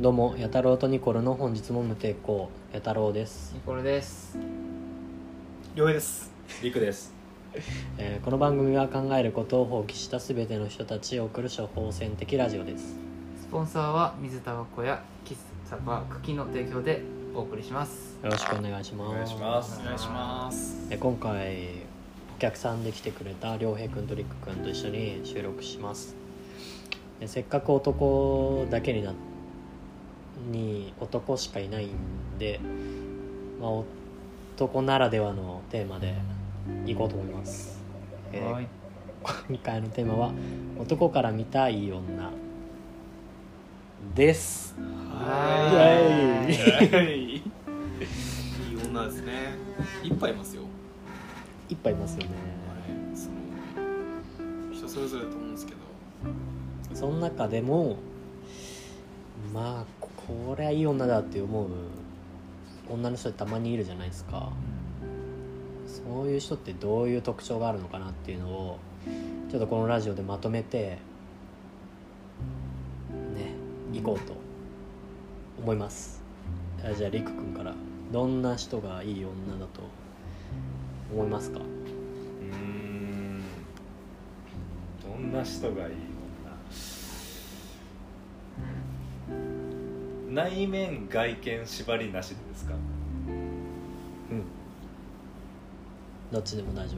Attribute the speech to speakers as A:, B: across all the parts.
A: どうも、やたろうとニコルの本日も無抵抗、やたろうです、
B: ニコルです
C: りょうへいです
D: リクです
A: えーこの番組は考えることを放棄したすべての人たちを送る処方箋的ラジオです。
B: スポンサーは水タバコや喫茶バー茎の提供でお送りします
A: よろしくお願いします。
D: お願いします
C: お願いします
A: えー今回、お客さんで来てくれた良平くんとりっくくんと一緒に収録します。でせっかく男だけにな、に男しかいないんで、まあ、男ならではのテーマでいこうと思います。えー
B: はい
A: 今回のテーマは「男から見たい女」です
B: は
A: イエーイ
C: はいいい女ですねいっぱいいますよ
A: いっぱいいますよね
C: その人それぞれだと思うんですけど
A: その中でもまあこりゃいい女だって思う女の人ってたまにいるじゃないですかそういう人ってどういう特徴があるのかなっていうのをちょっとこのラジオでまとめてね行こうと思いますあじゃありくくんからどんな人がいい女だと思いますか
D: うーんどんな人がいいのかな内面外見縛りなしでですか
A: どっちでも大丈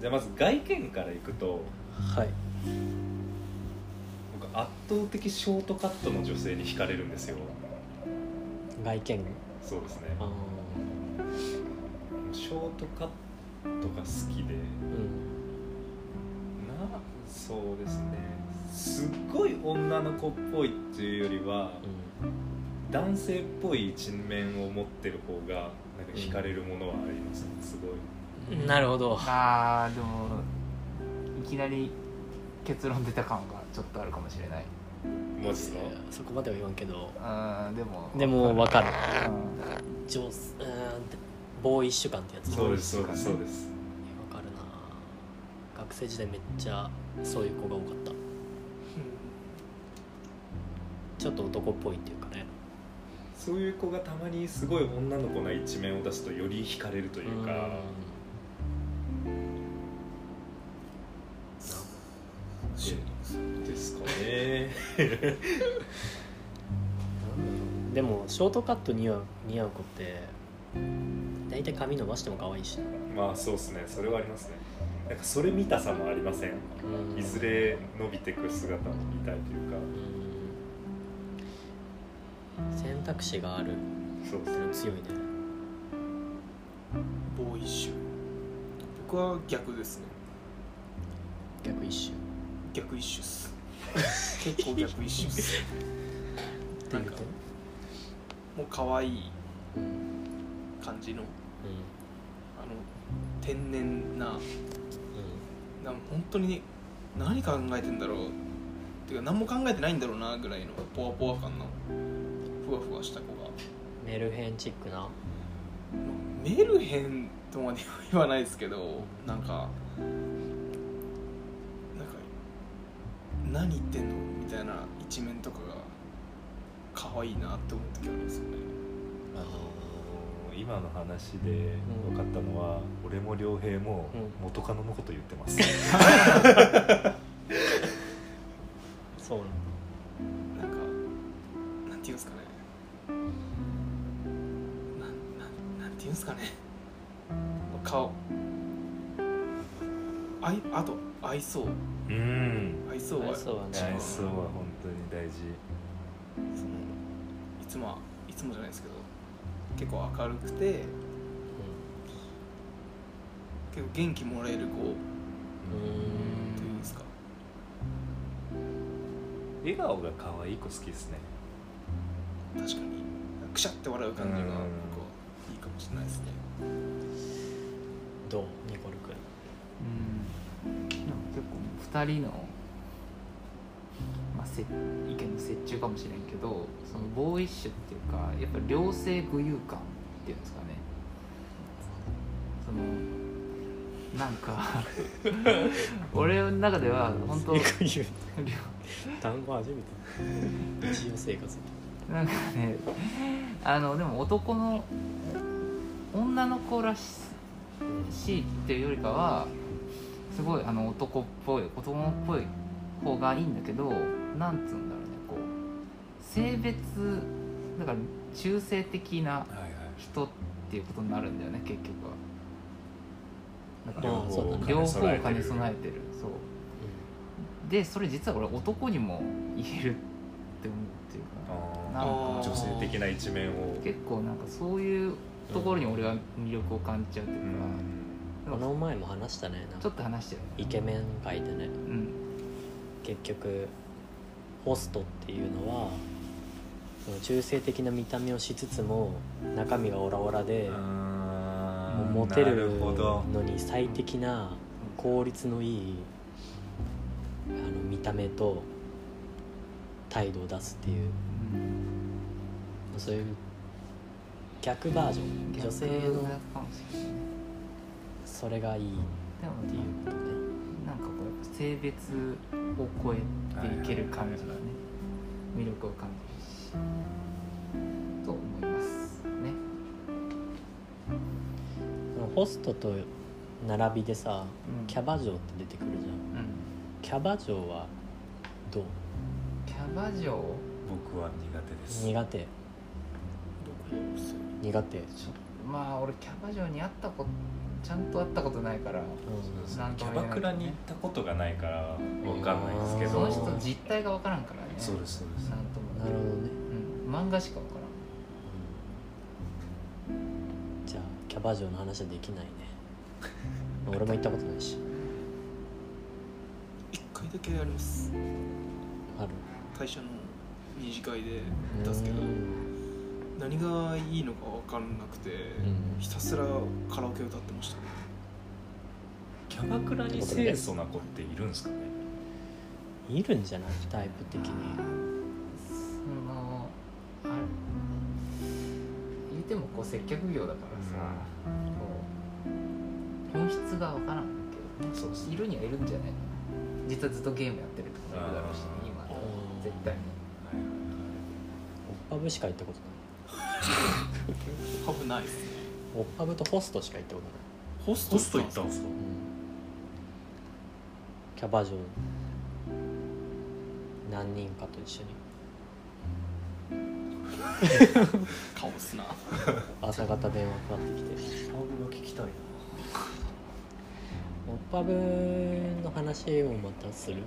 D: じゃあまず外見からいくと
A: 夫はい
D: 僕圧倒的ショートカットの女性に惹かれるんですよ
A: 外見
D: そうですね
A: あ
D: ショートカットが好きで
A: ーうん
D: なそうですねすっごい女の子っぽいっていうよりは、男性っぽい一面を持ってる方がなんか惹かれるものはありますねすごい
A: うんなるほど
B: あーでもいきなり結論出た感がちょっとあるかもしれない
D: マジですか
A: そこまでは言わんけど
B: うんでも
A: でも分かる
B: うん
A: 上手うーんボーイッシュ感ってやつ
D: そうですそうですそうです
A: わかるな学生時代めっちゃそういう子が多かったちょっと男っぽいっていうかね
D: そういう子がたまにすごい女の子な一面を出すとより惹かれるというかえですかね
A: うんでもショートカット似合う似合う子って大体髪伸ばしても可愛いしな
D: まあそうですねそれはありますねなんかそれ見たさもありません
A: うん
D: いずれ伸びてく姿を見たいというか
A: うん選択肢がある
D: そうで
A: って
D: す
A: いう
D: ね
A: の強いね
C: ボーイッシュ僕は逆ですね
A: 逆一周
C: 逆一周っす結構逆一周っす なんかもう可愛い
A: うん
C: 感じのあの天然ななん本当にね何考えてんだろうっていうか何も考えてないんだろうなぐらいのポワポワ感のふわふわした子が
A: メルヘンチックな
C: メルヘンとまでは言わないですけどなんかなんか何言ってんのみたいな一面とかが可愛いなって思う時あるんですよね
D: あのー今の話で分かったのは、俺も良平も
A: うん
D: 元カノのこと言ってます、
A: そう
C: なんかなんていうんですかねなんなんなんていうんですかね顔あいあと愛想
D: うん
C: 愛想は
A: 愛想はね
C: 一番
D: 内装は本当に大事
C: そのいつもはいつもじゃないですけど結構明るくて結構元気もらえ
A: う
C: る子
A: ん
C: というんですか
D: 笑顔が可愛い子好きですね
C: 確かにくしゃって笑う感じが
D: うん
C: 僕はいいかもしれないですね
A: どうニコル君
B: うんでも結構2人の、まあ、せ意見の折衷かもしれんけどそのボーイッシュっていうかやっぱ良性具有感っていうんですかねそのなんか俺の中では本当
A: よく言う単語初めて 日常生活
B: なんかねあのでも男の女の子らししいっていうよりかはすごいあの男っぽい子供っぽい方がいいんだけどなんつうんだろうねこう性別だから中性的な
D: はいはい
B: 人っていうことになるんだよね結局は。だから
A: ああそうだね
B: 両方を兼ね備えてるそうでそれ実は俺男にも言えるって思うっていうか
D: あ
B: なん
D: ー
B: か
D: 女性的な一面を
B: 結構なんかそういうところに俺は魅力を感じちゃうといううか、
D: ん
A: この前も話したねなん
B: ちょ
A: か
B: っと話してる
A: イケメン界でね
B: うん
A: 結局ホストっていうのはその中性的な見た目をしつつも中身がオラオラで、
D: あー
A: もうモテ
D: な
A: る
D: るほど
A: のに最適な効率のいいあの見た目と態度を出すっていう
B: うん
A: そういう逆バージョン女性
B: 逆
A: の
B: かもしれないね
A: それがいいっ
B: でも
A: ていうことね
B: なんかこうやっぱ性別を超えていける感じがね魅力を感じるしと思いますね
A: そのホストと並びでさ
B: うん
A: キャバ嬢って出てくるじゃん
B: うん
A: キャバ嬢はどう
B: キャバ嬢
D: 僕は苦手です
A: 苦手
C: 僕もそう
A: 苦手
B: ちょまあ俺キャバ嬢に会ったことちゃんと会ったことないから
A: うん
B: なんと
D: キ
B: も言
D: ャ
B: え
D: バ
B: ない
D: クラに行ったことがないからわかんないですけど
B: その人
A: あー
B: 実態が分からんからね
D: そうですそうです
B: なんと
A: な
B: も
A: るほどね、
B: うん、漫画しか分からん
A: じゃあキャバ嬢の話はできない ね俺も行ったことないし
C: 一回だけあります
A: ある
C: 会社の二次会で出すけど
A: うん
C: 何がいいのか分かんなくて、
A: ん
C: ひたすらカラオケ歌ってました
D: キャバクラに清楚な子っているんですかね
A: いるんじゃないタイプ的に
B: そのあれ言うてもこう接客業だからさ、こう本質が分からんけどね
D: そうそう
B: いるにはいるんじゃないかな実はずっとゲームやってるとかもいるだろうし、ね、
D: あー
B: 今
A: あー
B: 絶対に
A: オッパブしか行ったこと
C: ハブないですね
A: ないオッパブとホストしか行ったことない
C: ホスト
D: ホスト行ったんですか
A: キャバ嬢何人かと一緒に
C: カオスな
A: 朝方電話かかってきて
D: キャバクラ聞きたいな
A: オッパブの話もまたする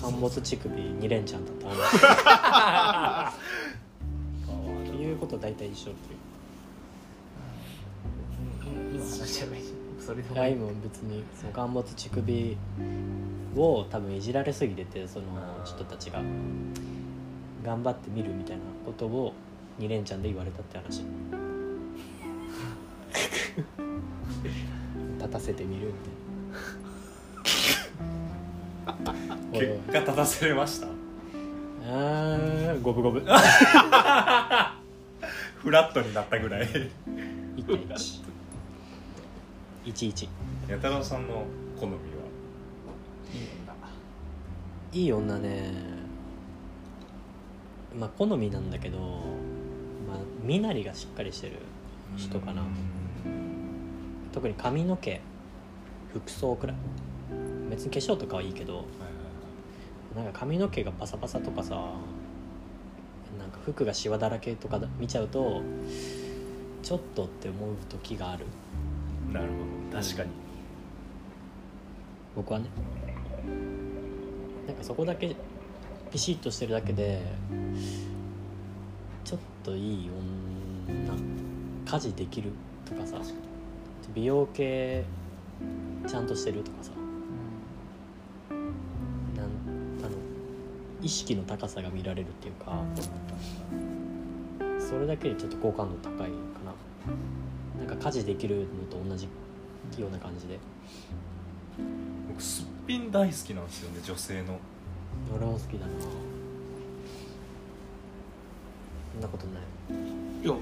A: 陥没乳首2連チャンだった話言うこと大体一緒っていう
B: うん今話しちゃえばいいじゃんそれで
A: い
B: も
A: や今別にその陥没乳首を多分いじられすぎててその人たちが頑張ってみるみたいなことを2連チャンで言われたって話立たせてみるみたいな俺は
D: 結果立たせれました
A: あー五 分五分
D: フラットになったぐらい
A: 一対一一一
D: 八太郎さんの好みはい
B: い女
A: いい女ねまあ好みなんだけど、まあ、身なりがしっかりしてる人かな特に髪の毛服装くらい別に化粧とかはいいけどなんか髪の毛がパサパサとかさなんか服がシワだらけとかだ見ちゃうとちょっとって思う時がある
D: なるほど確かに
A: 僕はねなんかそこだけピシッとしてるだけでちょっといい女家事できるとかさ美容系ちゃんとしてるとかさなんあの意識の高さが見られるっていうかそれだけでちょっと好感度高いかななんか家事できるのと同じような感じで
D: 僕すっぴん大好きなんですよね女性の
A: 俺も好きだなそんなことない
C: いや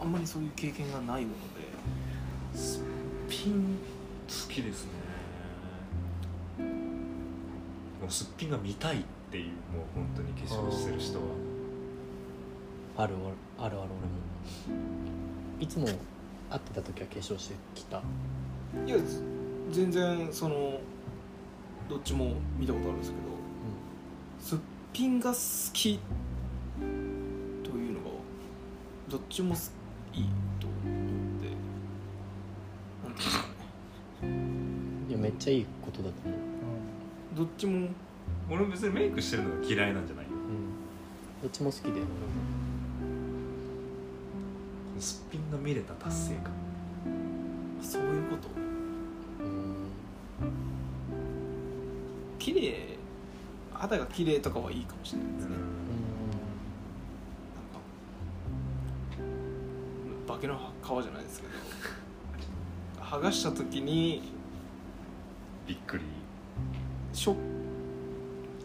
C: あんまりそういう経験がないものです
D: っぴん好きですねもうすっぴんが見たいっていうもう本当に化粧してる人は
A: あるあるある俺もいつも会ってた時は化粧してきた
C: いやず全然そのどっちも見たことあるんですけど、すっぴんが好きというのがどっちもすいいと思ってなんていうんですかね
A: いやめっちゃいいことだと思う、
C: どっちも
D: 俺も別にメイクしてるのが嫌いなんじゃない
A: うん、どっちも好きで
D: すっぴんが見れた達成感
C: そういうこと
A: うん
C: 綺麗肌が綺麗とかはいいかもしれないですね、なんか化けの皮じゃないですけど 剥がした時に
D: びっくり
C: ショッ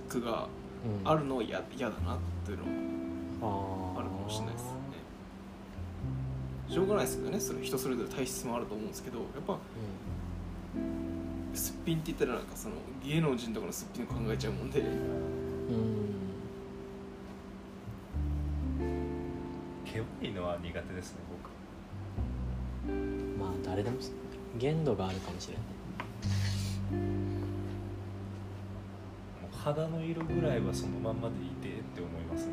C: クが
A: うん
C: あるのは嫌嫌だなっていうの
A: あ
C: はあ
A: ー
C: るかもしれないですねしょうがないですよねそれ人それぞれ体質もあると思うんですけどやっぱすっぴんって言ったらなんかその芸能人とかのすっぴんを考えちゃうもんで
A: うん、うん
D: 毛多いのは苦手ですね僕
A: まあ誰でもそう限度があるかもしれない
D: もう肌の色ぐらいはそのまんまでいてって思いますね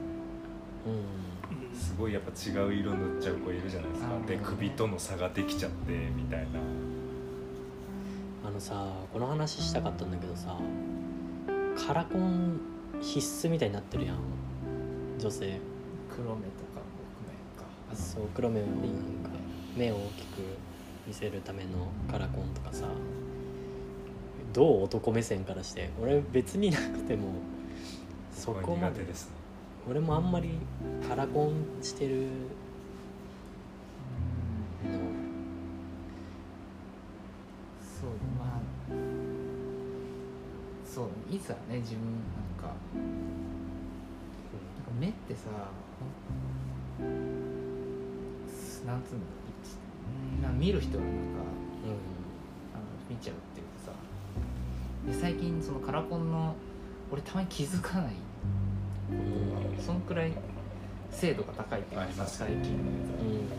A: うん
D: すごいやっぱ違う色塗っちゃう子いるじゃないですかで首との差ができちゃってみたいな
A: あのさこの話したかったんだけどさカラコン必須みたいになってるやん女性
B: 黒目とか木目か
A: そう黒目をなん
B: リング
A: か目を大きく見せるためのカラコンとかさどう男目線からして俺別になくてもそ
D: 僕
A: こ
D: は
A: ま
D: 苦手
A: で
D: ですね
A: 俺もあんまりカラコンしてるの
B: そうまあそういざね自分なんかなんか目ってさすなんつうのいちなんか見る人がなんかあの見ちゃうっていうかさで最近そのカラコンの俺たまに気づかない
A: うんうん
B: そんくらい精度が高いっていう
D: あ
B: か
D: り
B: さ
D: ます
B: 最近のやつは
A: うん
B: なんか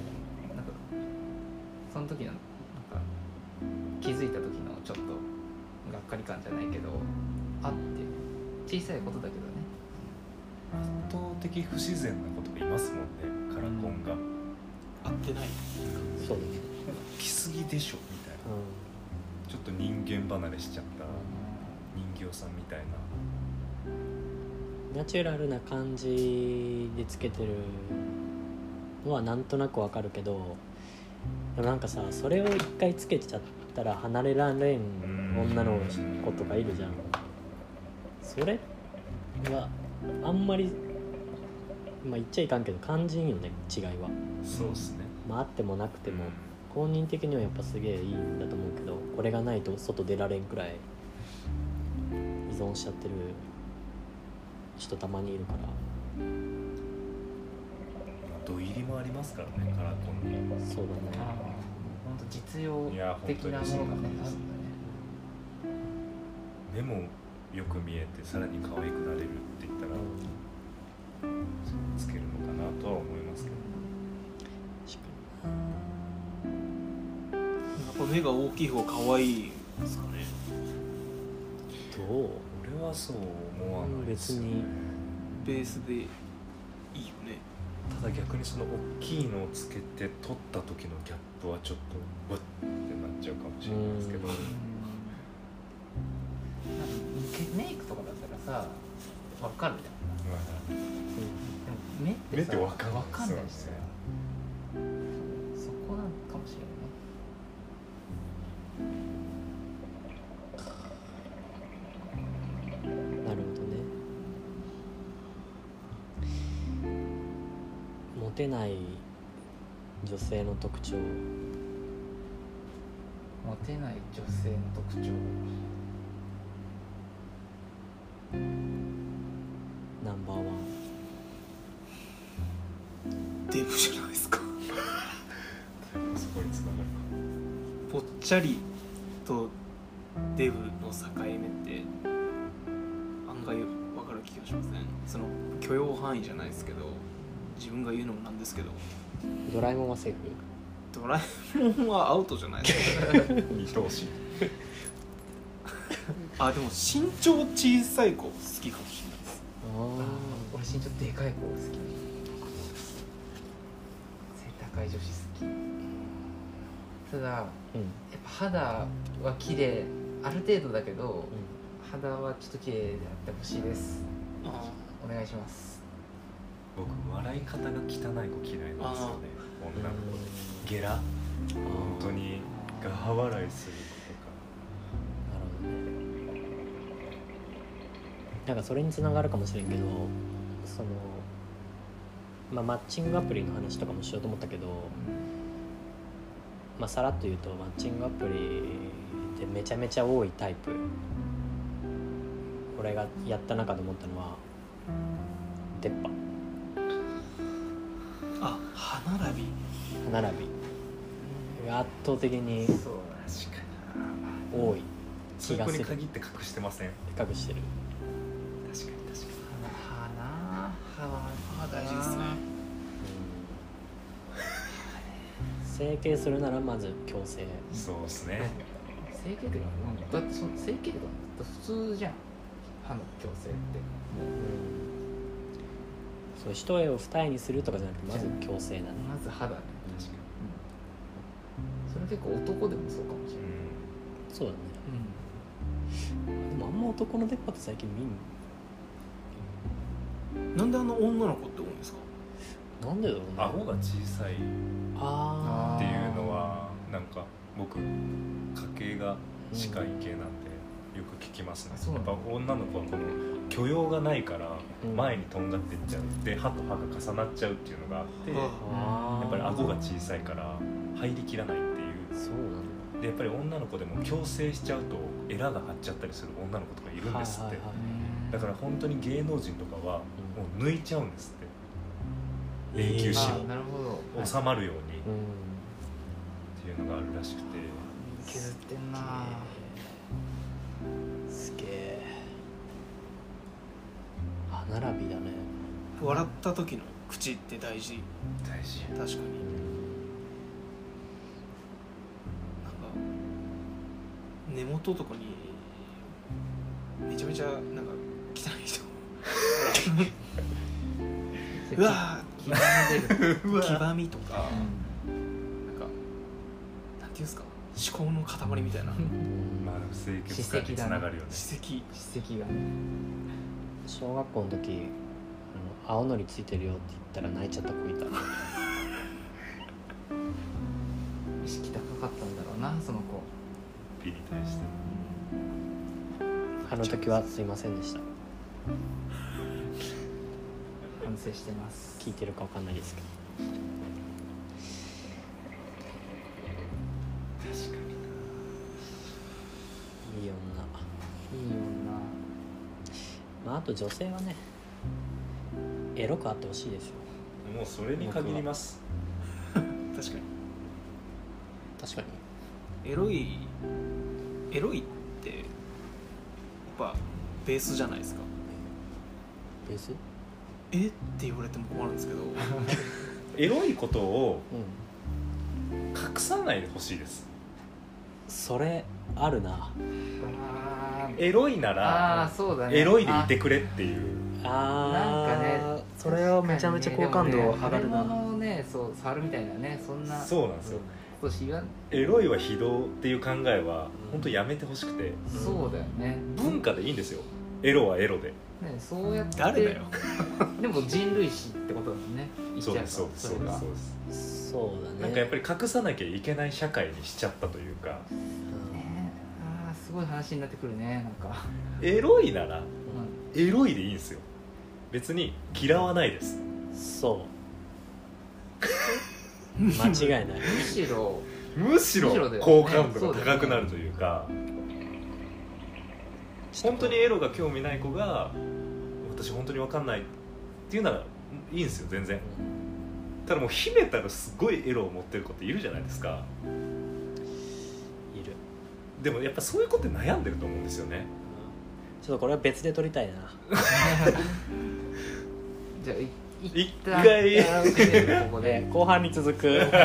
B: その時のなんか気づいた時のちょっとがっかり感じゃないけどあって小さいことだけどね
D: 圧倒的不自然なことがいますもんねカラコンが
C: 合ってない
A: そうね、
D: 来すぎでしょみたいなちょっと人間離れしちゃった人形さんみたいな
A: ナチュラルな感じでつけてるのはなんとなくわかるけどでもなんかさそれを一回つけちゃったら離れられん女の子とかいるじゃんそれはあんまりまあ言っちゃいかんけど肝心よね違いは
D: そうっすね
A: まああってもなくても本人的にはやっぱすげえいいんだと思うけどこれがないと外出られんくらい依存しちゃってる人たまにいるから
D: 土入りもありますからねカラコンに
A: そうだね
B: 本当実用
D: いや本
B: 的
D: 当
B: な
D: に
B: も
D: そう
B: のがね
D: なん
B: ある
D: で
B: ん
D: す
B: だね
D: 目もよく見えてさらに可愛くなれるって言ったらつけるのかなとは思いますけど
A: 確か
C: やっぱ目が大きい方が可愛いですかね
A: にどう
D: 俺はそう思わないですよ
A: 別
D: ね
A: に
C: ベースでいいよね
D: ただ逆にその大きいのをつけて取った時のギャップはちょっとわってなっちゃうかもしれないですけ
A: うん
D: ど
B: なんかメイクとかだったらさわかるじゃんでも目ってさ
D: 目ってわかんない
B: わかんないし
D: そ
B: さ
D: うね
B: そこなのかもしれないね
A: なるほどねモテない女性の特徴
B: モテない女性の特徴
A: ナンバーワン
C: デブじゃないですか
D: そこにつながる
C: ぽっちゃりとデブの境目って案外わかる気がしませんその許容範囲じゃないですけど自分が言うのもなんですけど
A: ドラえもんはセーフ
C: ドラえもんはアウトじゃない ですか
D: 見通し
C: あでも身長小さい子好きかもしれないです
B: 俺身長でかい子好き背高い女子好きただやっ
A: うんうん
B: ぱ肌は綺麗ある程度だけど肌はちょっと綺麗であってほしいです
C: あ
B: お願いします
D: 僕笑い方が汚い子嫌いなんですよ
C: あー
D: ね女の子でゲラ本当にガハ笑いする
A: なるほどねなんかそれにつながるかもしれんけどその、まあ、マッチングアプリの話とかもしようと思ったけど、まあ、さらっと言うとマッチングアプリってめちゃめちゃ多いタイプ俺がやった中で思ったのは出っ歯
C: あ歯並び
A: 歯並びが圧倒的に
B: そう
D: とか確かに
A: 多い
D: そ
A: 気が
D: こ
A: す
D: に
A: る
D: 限って隠してません
A: 比較してる
D: 確かに確か
B: 歯な歯は
C: 歯大事ですね
A: 整形するならまず矯正
D: にそうですね
B: 整形ってかうんだってその整形とかだって普通じゃん歯の矯正って
A: そう一重を二重にするとかじゃなくてまず矯正だね
B: まず歯だね
D: 確か
B: うんそれ結構男でもそうかもしれ
D: に
B: ない、
A: そうだねでもあんま男の出っ歯って最近見ん
C: なんであの女の子って多いんですか
A: なんでだろう
D: うん
A: な
D: 顎が小さいっていう
A: あ
B: あ
D: のはなんか僕家系が歯科医系なんでよく聞きますね
B: あそう
D: や
B: な
D: っ
B: ん
D: ぱ
B: だ
D: 女の子はこの許容がないから
A: うん
D: 前にとんがってっちゃって歯と歯が重なっちゃうっていうのがあって
C: は
D: や
A: ーあー
D: っぱり顎が小さいから入りきらないっていう
A: そうなんだ
D: でやっぱり女の子でも矯正しちゃうとエラが張っちゃったりする女の子とかいるんですっ
A: は
D: て
A: いはいは
D: だから本当に芸能人とかは
A: うん
D: もう抜いちゃうんですって永久歯
B: あなるほど
D: を収まるように
A: いうん
D: っていうのがあるらしくて
B: 削ってんな
A: すげえ歯並びだね
C: 笑った時の口って大事
D: 大事
C: 確かになんか根元とかにめちゃめちゃなんか汚い人 うわ
B: 刻 んでる
C: ー黄ばみとか
B: う
C: なんかなんていうんですか思考の塊みたいな
B: ん
D: まあ清潔感につながるよね
C: 歯石
B: 歯石がね
A: 小学校の時あの青のりついてるよって言ったら泣いちゃった子いた
B: 意識高かったんだろうなその子
D: ピに対して
A: あの時はすいませんでした
B: 反省してます
A: 聞いてるかわかんないですけど
D: 確かに
A: いい女
B: いい女
A: まああと女性はねエロくあってほしいですよ
D: もうそれに限ります
C: 確か
A: 確かに
C: にエロいエロいってやっぱベースじゃないですか
A: ベース
C: えって言われても困るんですけ ど
D: エロいことを
A: うん
D: 隠さないでほしいです
A: それあるな
B: あー
D: エロいな
B: あ
D: ら
B: ーそうだね
D: エロいでいて
B: く
D: くれっていう
A: あー
B: なんかね
A: それはめちゃめちゃ好感度上がるな、
B: ね、をねそう触るみたいなねそんな
D: そうなんですよ
B: 少しが
D: エロいは非道っていう考えは本当やめてほしくて
B: そうだよね
D: 文化でいいんですよエロはエロで
B: ねそうやって
C: 誰だよ
B: でも人類史ってことだもんね言っち
D: そ
B: ゃ
D: う
B: えば
D: ですそうですそう
B: れが
D: ですそうです
A: そうだね
D: なんかやっぱり隠さなきゃいけない社会にしちゃったというか
B: ねあーすごい話になってくるねなんか、
D: エロいなら
B: う
D: エロいでいいんですよ別に嫌わないです
A: うんそう 間違いない
B: ん、むし ろ
D: むしろ
B: むしろだよね
D: 好感度が高くなるというか本当にエロが興味ない子が私本当に分かんないっていうならいいんですよ全然ただもう秘めたらすごいエロを持ってる子っているじゃないですか
A: いる
D: でもやっぱそういうことって悩んでると思うんですよね
A: ちょっとこれは別で撮りたいな
B: じゃあい
D: 一
B: 一旦
D: 回
B: 一旦ここで
A: で後半に続く
B: 続く